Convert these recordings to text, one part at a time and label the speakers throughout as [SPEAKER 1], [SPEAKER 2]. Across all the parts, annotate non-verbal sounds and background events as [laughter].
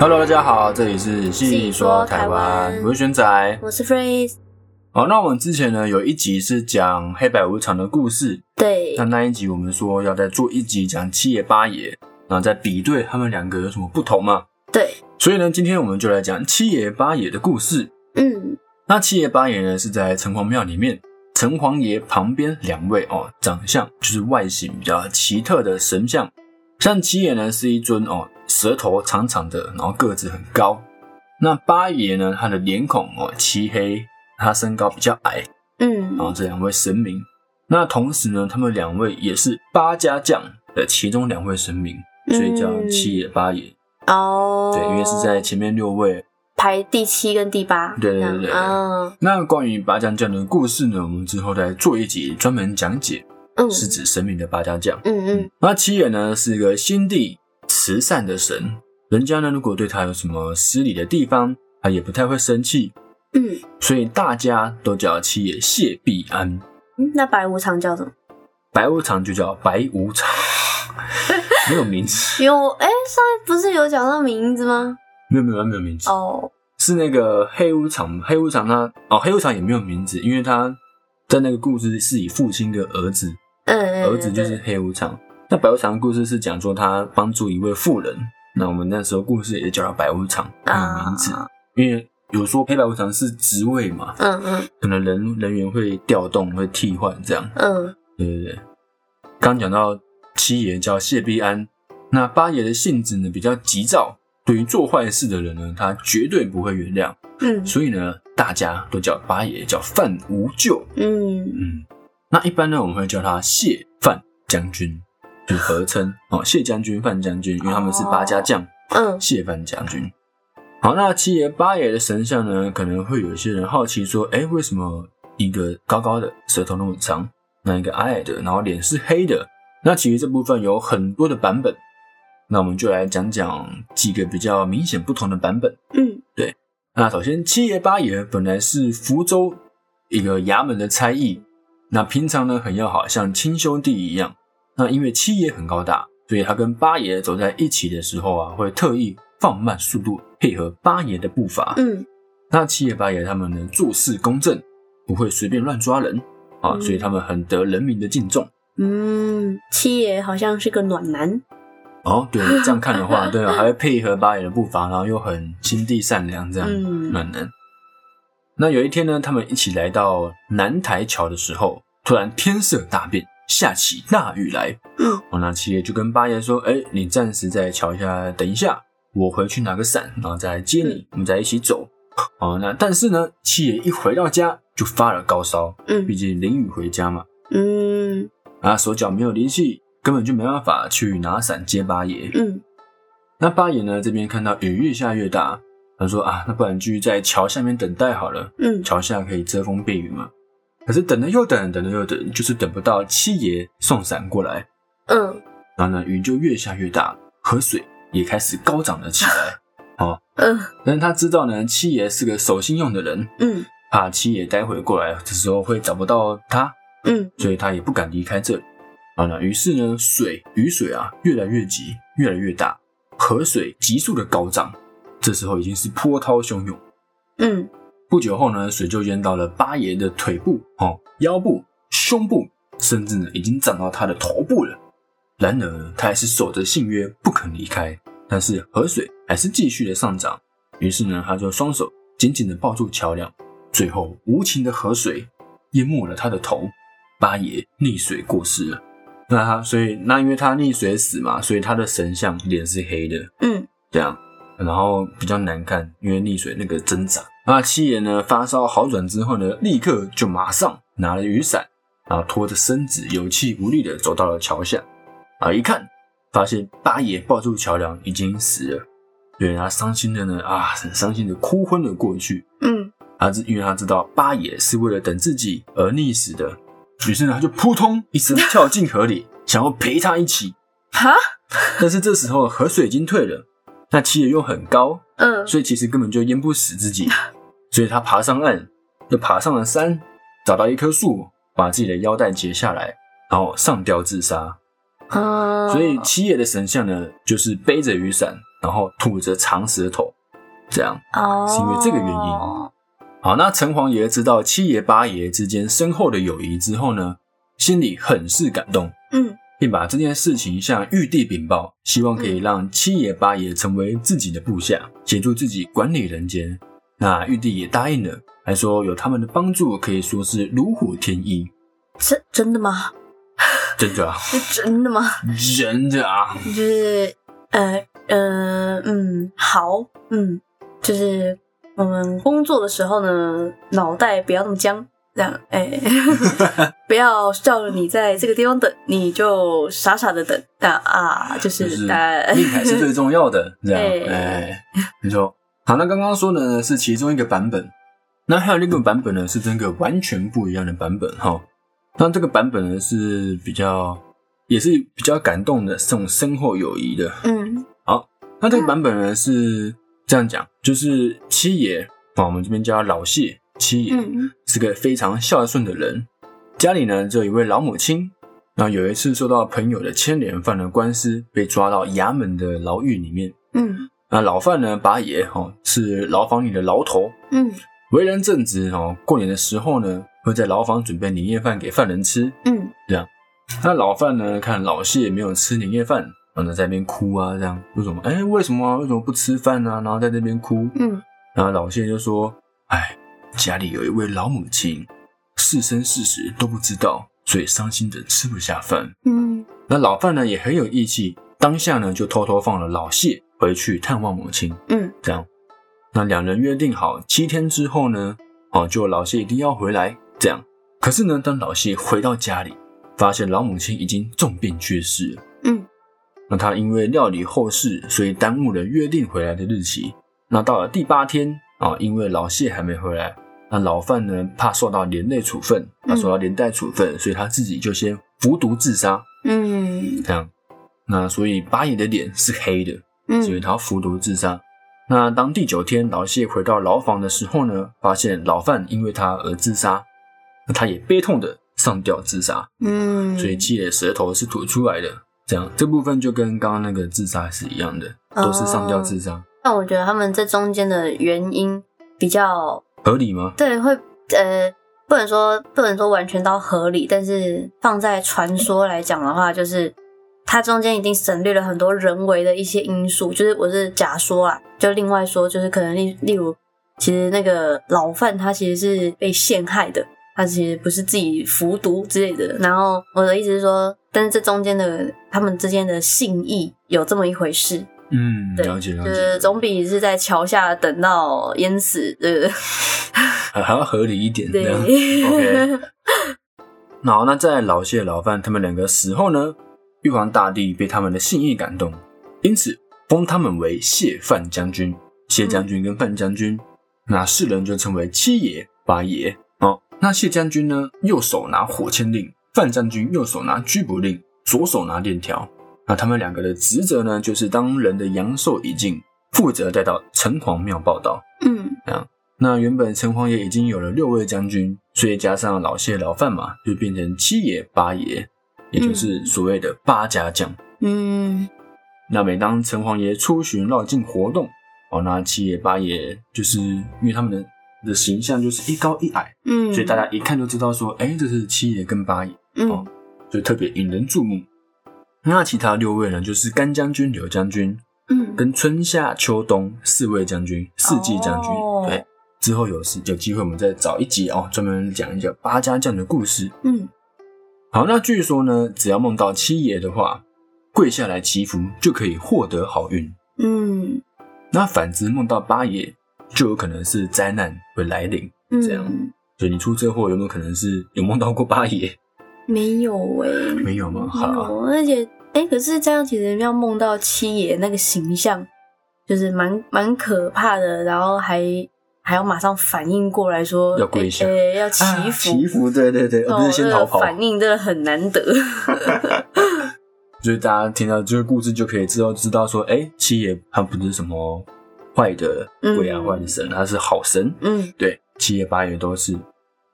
[SPEAKER 1] Hello，大家好，这里是细说台湾，我是轩仔。
[SPEAKER 2] 我是 Phrase，
[SPEAKER 1] 好，那我们之前呢有一集是讲黑白无常的故事，
[SPEAKER 2] 对
[SPEAKER 1] 那，那一集我们说要再做一集讲七爷八爷，然后再比对他们两个有什么不同嘛。
[SPEAKER 2] 对，
[SPEAKER 1] 所以呢，今天我们就来讲七爷八爷的故事。
[SPEAKER 2] 嗯，
[SPEAKER 1] 那七爷八爷呢是在城隍庙里面，城隍爷旁边两位哦，长相就是外形比较奇特的神像。像七爷呢是一尊哦，舌头长长的，然后个子很高。那八爷呢，他的脸孔哦漆黑，他身高比较矮。
[SPEAKER 2] 嗯
[SPEAKER 1] 然，后这两位神明，那同时呢，他们两位也是八家将的其中两位神明，所以叫
[SPEAKER 2] 嗯
[SPEAKER 1] 七爷八爷。
[SPEAKER 2] 哦，
[SPEAKER 1] 对，因为是在前面六位
[SPEAKER 2] 排第七跟第八，
[SPEAKER 1] 对对
[SPEAKER 2] 这样
[SPEAKER 1] 对
[SPEAKER 2] 嗯
[SPEAKER 1] 那关于八将将的故事呢，我们之后再做一集专门讲解，
[SPEAKER 2] 嗯
[SPEAKER 1] 是指神明的八家将。
[SPEAKER 2] 嗯嗯，
[SPEAKER 1] 那七爷呢是一个心地慈善的神，人家呢如果对他有什么失礼的地方，他也不太会生气，
[SPEAKER 2] 嗯
[SPEAKER 1] 所以大家都叫七爷谢必安，
[SPEAKER 2] 嗯，那白无常叫什么？
[SPEAKER 1] 白无常就叫白无
[SPEAKER 2] [laughs]
[SPEAKER 1] 常，没有名字，
[SPEAKER 2] 有哎，上一不是有讲到名字吗？
[SPEAKER 1] 没有没有没有名字，
[SPEAKER 2] 哦，
[SPEAKER 1] 是那个黑无常，黑无常他哦黑无常也没有名字，因为他在那个故事是以父亲的儿子
[SPEAKER 2] 嗯嗯，
[SPEAKER 1] 儿子就是
[SPEAKER 2] 对
[SPEAKER 1] 黑无常。那白无常的故事是讲说他帮助一位妇人，那我们那时候故事也叫他白无常，没有名字，
[SPEAKER 2] 啊
[SPEAKER 1] 因为有说黑白无常是职位嘛，
[SPEAKER 2] 嗯嗯
[SPEAKER 1] 可能人人员会调动、会替换这样。
[SPEAKER 2] 嗯，
[SPEAKER 1] 对对对，刚讲到七爷叫谢必安，那八爷的性子呢比较急躁，对于做坏事的人呢，他绝对不会原谅，
[SPEAKER 2] 嗯
[SPEAKER 1] 所以呢，大家都叫八爷叫范无咎。
[SPEAKER 2] 嗯
[SPEAKER 1] 嗯，那一般呢，我们会叫他谢范将军，就是合称哦，谢将军、范将军，因为他们是八家将，
[SPEAKER 2] 嗯
[SPEAKER 1] 谢范将军。好，那七爷八爷的神像呢，可能会有一些人好奇说，哎，为什么一个高高的，舌头那么长，那一个矮矮的，然后脸是黑的？那其实这部分有很多的版本，那我们就来讲讲几个比较明显不同的版本。
[SPEAKER 2] 嗯
[SPEAKER 1] 那首先，七爷八爷本来是福州一个衙门的差役，那平常呢很要好，像亲兄弟一样。那因为七爷很高大，所以他跟八爷走在一起的时候啊，会特意放慢速度，配合八爷的步伐。
[SPEAKER 2] 嗯
[SPEAKER 1] 那七爷八爷他们呢做事公正，不会随便乱抓人啊，
[SPEAKER 2] 嗯
[SPEAKER 1] 所以他们很得人民的敬重。
[SPEAKER 2] 嗯，七爷好像是个暖男，
[SPEAKER 1] 哦，对，这样看的话，对啊，还会配合八爷的步伐，然后又很心地善良，这样，
[SPEAKER 2] 嗯
[SPEAKER 1] 啊暖男。那有一天呢，他们一起来到南台桥的时候，突然天色大变，下起大雨来。
[SPEAKER 2] 嗯
[SPEAKER 1] 哦，那七爷就跟八爷说：“哎、你暂时在桥下等一下，我回去拿个伞，然后再来接你，我们再一起走。”哦，那但是呢，七爷一回到家就发了高烧，毕
[SPEAKER 2] 嗯
[SPEAKER 1] 竟淋雨回家嘛。
[SPEAKER 2] 嗯
[SPEAKER 1] 啊，手脚没有力气，根本就没办法去拿伞接八爷。
[SPEAKER 2] 嗯
[SPEAKER 1] 那八爷呢这边看到雨越下越大，他说啊，那不然继续在桥下面等待好了，
[SPEAKER 2] 嗯
[SPEAKER 1] 桥下可以遮风避雨嘛。可是等了又等，等了又等，就是等不到七爷送伞过来。
[SPEAKER 2] 嗯
[SPEAKER 1] 然后呢，雨就越下越大，河水也开始高涨了起来。
[SPEAKER 2] 嗯
[SPEAKER 1] 但是他知道呢，七爷是个守信用的人，
[SPEAKER 2] 嗯
[SPEAKER 1] 怕七爷待会过来的时候会找不到他，
[SPEAKER 2] 嗯
[SPEAKER 1] 所以他也不敢离开这里。啊，那于是呢，水雨水啊越来越急，越来越大，河水急速的高涨，这时候已经是波涛汹涌。
[SPEAKER 2] 嗯
[SPEAKER 1] 不久后呢，水就淹到了八爷的腿部、哦腰部、胸部，甚至呢已经涨到他的头部了。然而呢，他还是守着信约不肯离开，但是河水还是继续的上涨。于是呢，他就双手紧紧的抱住桥梁，最后无情的河水淹没了他的头，八爷溺水过世了。那他所以那因为他溺水死嘛，所以他的神像脸是黑的，
[SPEAKER 2] 嗯
[SPEAKER 1] 这样，然后比较难看，因为溺水那个挣扎。那七爷呢，发烧好转之后呢，立刻就马上拿了雨伞，然后拖着身子有气无力的走到了桥下。啊，一看发现八爷抱住桥梁已经死了，对，他伤心的呢啊，很伤心的哭昏了过去。
[SPEAKER 2] 嗯
[SPEAKER 1] 他知因为他知道八爷是为了等自己而溺死的，于是呢他就扑通一声跳进河里，想要陪他一起。
[SPEAKER 2] 哈
[SPEAKER 1] 但是这时候河水已经退了，那七爷又很高，
[SPEAKER 2] 嗯
[SPEAKER 1] 所以其实根本就淹不死自己。所以他爬上岸，又爬上了山，找到一棵树，把自己的腰带解下来，然后上吊自杀。
[SPEAKER 2] 啊，
[SPEAKER 1] 所以七爷的神像呢，就是背着雨伞，然后吐着长舌头，这样。
[SPEAKER 2] 哦，
[SPEAKER 1] 是因为这个原因好，那城隍爷知道七爷八爷之间深厚的友谊之后呢，心里很是感动，
[SPEAKER 2] 嗯
[SPEAKER 1] 并把这件事情向玉帝禀报，希望可以让七爷八爷成为自己的部下，协助自己管理人间。那玉帝也答应了，还说有他们的帮助，可以说是如虎添翼。
[SPEAKER 2] 真真的吗？
[SPEAKER 1] 真的啊，
[SPEAKER 2] 是真的吗？
[SPEAKER 1] 真的
[SPEAKER 2] [laughs]
[SPEAKER 1] 啊，
[SPEAKER 2] 就是呃呃嗯好嗯，就是我们工作的时候呢，脑袋不要那么僵，这样哎，
[SPEAKER 1] [laughs]
[SPEAKER 2] 不要叫你在这个地方等，你就傻傻的等，但啊
[SPEAKER 1] 就
[SPEAKER 2] 就
[SPEAKER 1] 是是
[SPEAKER 2] 但
[SPEAKER 1] 命才是最重要的，这样，
[SPEAKER 2] 对
[SPEAKER 1] 哎，没错。好，那刚刚说的呢是其中一个版本，那还有另一个版本呢是真个完全不一样的版本哈。那这个版本呢是比较，也是比较感动的，这种深厚友谊的。
[SPEAKER 2] [laughs] 嗯
[SPEAKER 1] 那这个版本呢是这样讲，就是七爷啊，我们这边叫他老谢，七爷、
[SPEAKER 2] 嗯
[SPEAKER 1] 是个非常孝顺的人，家里呢只有一位老母亲。那有一次受到朋友的牵连，犯了官司，被抓到衙门的牢狱里面。
[SPEAKER 2] 嗯
[SPEAKER 1] 那老范呢，八爷哦，是牢房里的牢头，
[SPEAKER 2] 嗯
[SPEAKER 1] 为人正直哦。过年的时候呢，会在牢房准备年夜饭给犯人吃。
[SPEAKER 2] 嗯
[SPEAKER 1] 那老范呢，看老谢没有吃年夜饭，然后在那边哭啊，这样为什么？哎，为什么啊？为什么不吃饭啊？然后在那边哭。
[SPEAKER 2] 嗯
[SPEAKER 1] 然后老谢就说：“哎，家里有一位老母亲，是生是死都不知道，所以伤心的吃不下饭。
[SPEAKER 2] 嗯”
[SPEAKER 1] 那老范呢也很有义气，当下呢就偷偷放了老谢回去探望母亲。
[SPEAKER 2] 嗯
[SPEAKER 1] 这样，那两人约定好七天之后呢，哦，就老谢一定要回来。这样，可是呢，当老谢回到家里，发现老母亲已经重病去世了。
[SPEAKER 2] 嗯
[SPEAKER 1] 那他因为料理后事，所以耽误了约定回来的日期。那到了第八天啊，因为老谢还没回来，那老范呢怕受到连累处分，那受到连带处分，所以他自己就先服毒自杀。
[SPEAKER 2] 嗯
[SPEAKER 1] 这样，那所以八爷的脸是黑的，所以
[SPEAKER 2] 嗯
[SPEAKER 1] 他服毒自杀。那当第九天老谢回到牢房的时候呢，发现老范因为他而自杀，那他也悲痛的上吊自杀。
[SPEAKER 2] 嗯，
[SPEAKER 1] 所以鸡的舌头是吐出来的。这样这部分就跟刚刚那个自杀是一样的，都是上
[SPEAKER 2] 哦
[SPEAKER 1] 吊自杀，
[SPEAKER 2] 但我觉得他们这中间的原因比较
[SPEAKER 1] 合理吗？
[SPEAKER 2] 对，会呃，不能说不能说完全到合理，但是放在传说来讲的话，就是它中间一定省略了很多人为的一些因素。就是我是假说啊，就另外说，就是可能例例如，其实那个老范他其实是被陷害的，他其实不是自己服毒之类的。然后我的意思是说，但是这中间的他们之间的信义有这么一回事，
[SPEAKER 1] 嗯，
[SPEAKER 2] 对
[SPEAKER 1] 了解了
[SPEAKER 2] 就是
[SPEAKER 1] 解，
[SPEAKER 2] 总比是在桥下等到淹死，对不对？
[SPEAKER 1] 还还要合理一点。这 [laughs]
[SPEAKER 2] 对
[SPEAKER 1] 样，OK
[SPEAKER 2] 嗯
[SPEAKER 1] 那好，那在老谢、老范他们两个死后呢，玉皇大帝被他们的信义感动，因此封他们为谢范将军。谢将军跟范将军，那世人就称为七爷、八爷哦。那谢将军呢，右手拿火签令，范将军右手拿拘捕令，左手拿链条。那他们两个的职责呢，就是当人的阳寿已尽，负责带到城隍庙报道。
[SPEAKER 2] 嗯
[SPEAKER 1] 那原本城隍爷已经有了六位将军，所以加上老谢、老范嘛，就变成七爷、八爷，也就是所谓的八家将。
[SPEAKER 2] 嗯
[SPEAKER 1] 那每当城隍爷出巡绕境活动，哦，那七爷、八爷就是因为他们的的形象就是一高一矮，
[SPEAKER 2] 嗯，
[SPEAKER 1] 所以大家一看就知道说，哎、这是七爷跟八爷，
[SPEAKER 2] 嗯
[SPEAKER 1] 哦所以特别引人注目。那其他六位呢，就是干将军、柳将军、
[SPEAKER 2] 嗯
[SPEAKER 1] 跟春夏秋冬四位将军、四季将军。
[SPEAKER 2] 哦
[SPEAKER 1] 对，之后有时有机会我们再找一集哦，专门讲一讲八家将的故事。
[SPEAKER 2] 嗯
[SPEAKER 1] 好，那据说呢，只要梦到七爷的话，跪下来祈福就可以获得好运。
[SPEAKER 2] 嗯
[SPEAKER 1] 那反之梦到八爷，就有可能是灾难会来临。
[SPEAKER 2] 嗯，
[SPEAKER 1] 这样所以你出车祸有没有可能是有梦到过八爷？ [laughs]
[SPEAKER 2] 没有哎、
[SPEAKER 1] 没有吗？好
[SPEAKER 2] 没
[SPEAKER 1] 啊，
[SPEAKER 2] 有，而且哎、可是这样其实要梦到七爷那个形象，就是蛮蛮可怕的，然后还还要马上反应过来说
[SPEAKER 1] 要跪下
[SPEAKER 2] 哎哎要祈
[SPEAKER 1] 啊
[SPEAKER 2] 福，
[SPEAKER 1] 祈福，对对对，而
[SPEAKER 2] 哦，
[SPEAKER 1] 不是先
[SPEAKER 2] 这个
[SPEAKER 1] 逃跑。
[SPEAKER 2] 反应真的很难得。
[SPEAKER 1] [laughs] 所以大家听到这个故事就可以知道知道说，哎、七爷他不是什么坏的鬼啊
[SPEAKER 2] 嗯
[SPEAKER 1] 坏的神，他是好神。
[SPEAKER 2] 嗯
[SPEAKER 1] 对，七爷八爷都是。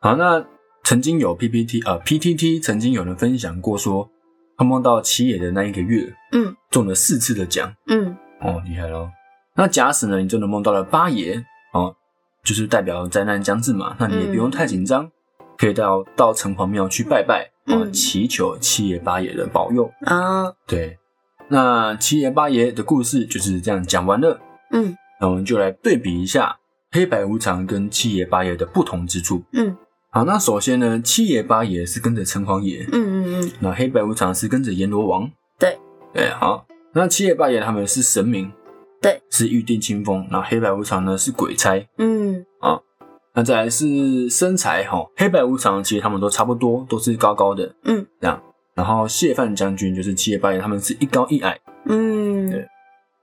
[SPEAKER 1] 好，那曾经有 PPT 呃 PTT 曾经有人分享过说，他梦到七野的那一个月，
[SPEAKER 2] 嗯，
[SPEAKER 1] 中了四次的奖，
[SPEAKER 2] 嗯
[SPEAKER 1] 哦，厉害喽。那假使呢，你真的梦到了八爷，哦，就是代表灾难将至嘛，那你也不用太紧张，可以到到城隍庙去拜拜，哦，
[SPEAKER 2] 嗯
[SPEAKER 1] 祈求七爷八爷的保佑。
[SPEAKER 2] 啊，
[SPEAKER 1] 对，那七爷八爷的故事就是这样讲完了。
[SPEAKER 2] 嗯
[SPEAKER 1] 那我们就来对比一下黑白无常跟七爷八爷的不同之处。
[SPEAKER 2] 嗯
[SPEAKER 1] 好，那首先呢，七爷八爷是跟着城隍爷，
[SPEAKER 2] 嗯嗯嗯，
[SPEAKER 1] 那黑白无常是跟着阎罗王。
[SPEAKER 2] 对，
[SPEAKER 1] 对，好，那七爷八爷他们是神明，
[SPEAKER 2] 对，
[SPEAKER 1] 是玉帝清风，然后黑白无常呢是鬼差。
[SPEAKER 2] 嗯
[SPEAKER 1] 那再来是身材哈，黑白无常其实他们都差不多，都是高高的，
[SPEAKER 2] 嗯，
[SPEAKER 1] 这样。然后谢范将军就是七爷八爷，他们是一高一矮，
[SPEAKER 2] 嗯
[SPEAKER 1] 对，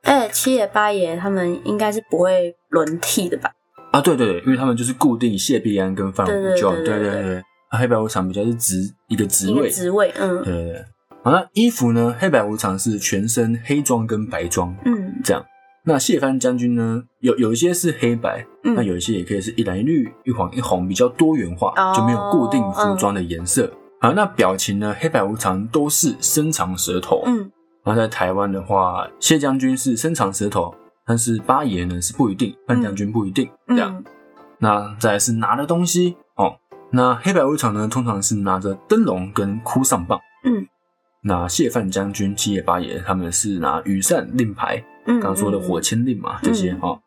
[SPEAKER 2] 哎，七爷八爷他们应该是不会轮替的吧？
[SPEAKER 1] 啊，对对对，因为他们就是固定谢必安跟范
[SPEAKER 2] 对
[SPEAKER 1] 无
[SPEAKER 2] 对
[SPEAKER 1] 咎，
[SPEAKER 2] 对
[SPEAKER 1] 对
[SPEAKER 2] 对
[SPEAKER 1] 对对。啊黑白无常比较是职一个职
[SPEAKER 2] 一个
[SPEAKER 1] 位，
[SPEAKER 2] 职位，
[SPEAKER 1] 对
[SPEAKER 2] 嗯
[SPEAKER 1] 对对。好，那衣服呢？黑白无常是全身黑装跟白装
[SPEAKER 2] 嗯
[SPEAKER 1] 这样。那谢藩将军呢？有有一些是黑白，那
[SPEAKER 2] 嗯
[SPEAKER 1] 有一些也可以是一蓝一绿、一黄一红，比较多元化，
[SPEAKER 2] 哦嗯
[SPEAKER 1] 就没有固定服装的颜色。啊，那表情呢？黑白无常都是伸长舌头。
[SPEAKER 2] 嗯
[SPEAKER 1] 然后在台湾的话，谢将军是伸长舌头，但是八爷呢是不一定，范将军不一定、这样。
[SPEAKER 2] 嗯
[SPEAKER 1] 那再来是拿的东西哦。那黑白无常呢，通常是拿着灯笼跟哭丧棒。
[SPEAKER 2] 嗯。
[SPEAKER 1] 那谢范将军、七爷八爷他们是拿雨伞、令牌，
[SPEAKER 2] 嗯，
[SPEAKER 1] 刚刚说的火签令嘛，这些
[SPEAKER 2] 嗯
[SPEAKER 1] 哦。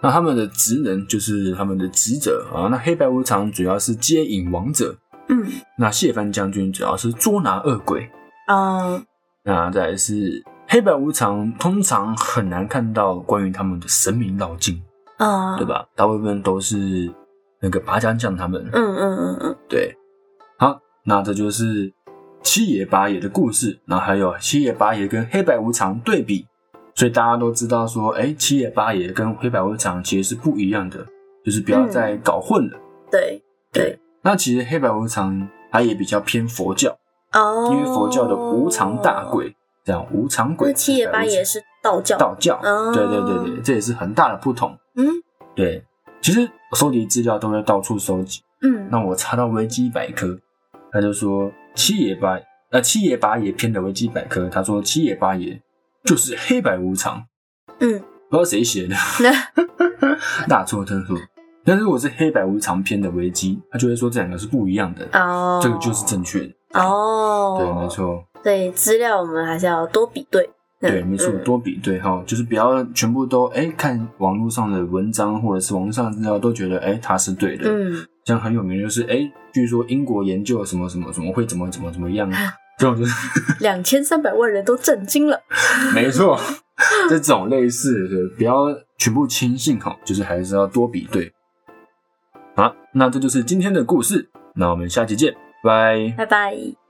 [SPEAKER 1] 那他们的职能就是他们的职责啊。那黑白无常主要是接引王者，
[SPEAKER 2] 嗯，
[SPEAKER 1] 那谢范将军主要是捉拿恶鬼。
[SPEAKER 2] 嗯啊
[SPEAKER 1] 那再来是黑白无常，通常很难看到关于他们的神明绕境，
[SPEAKER 2] 啊，
[SPEAKER 1] 对？吧？大部分都是那个拔将将他们，
[SPEAKER 2] 嗯嗯嗯嗯
[SPEAKER 1] 对，好，那这就是七爷八爷的故事，然后还有七爷八爷跟黑白无常对比，所以大家都知道说，哎，七爷八爷跟黑白无常其实是不一样的，就是不要
[SPEAKER 2] 嗯
[SPEAKER 1] 再搞混了。
[SPEAKER 2] 对对
[SPEAKER 1] 那其实黑白无常它也比较偏佛教，
[SPEAKER 2] 哦，
[SPEAKER 1] 因为佛教的无常大鬼，这样无常鬼，
[SPEAKER 2] 那哦七爷八爷是道教，
[SPEAKER 1] 道教，
[SPEAKER 2] 哦
[SPEAKER 1] 对对对对，这也是很大的不同。
[SPEAKER 2] 嗯
[SPEAKER 1] 对，其实我收集资料都会到处收集，
[SPEAKER 2] 嗯
[SPEAKER 1] 那我查到维基百科，他就说七爷八呃七爷八爷篇的维基百科，他说七爷八爷就是黑白无常，
[SPEAKER 2] 嗯，
[SPEAKER 1] 不知道谁
[SPEAKER 2] [laughs]
[SPEAKER 1] 写的，大错特错。但是如果是黑白无常篇的维基，他就会说这两个是不一样的，
[SPEAKER 2] 哦，
[SPEAKER 1] 这个就是正确的。
[SPEAKER 2] 哦，
[SPEAKER 1] 对，没，错，
[SPEAKER 2] 所以资料我们还是要多比对，
[SPEAKER 1] 对，
[SPEAKER 2] 嗯
[SPEAKER 1] 没错，
[SPEAKER 2] 嗯
[SPEAKER 1] 多比对哈，就是不要全部都哎、看网络上的文章或者是网络上的资料都觉得哎、他是对的，
[SPEAKER 2] 嗯，
[SPEAKER 1] 像很有名就是哎、诶据说英国研究什么什么什么会怎么怎么怎么样，这种就是
[SPEAKER 2] 两千三百万人都震惊了，
[SPEAKER 1] 没错， [laughs] 这种类似的不要全部轻信哈，就是还是要多比对。好，那这就是今天的故事，那我们下期见，拜拜。
[SPEAKER 2] 拜拜。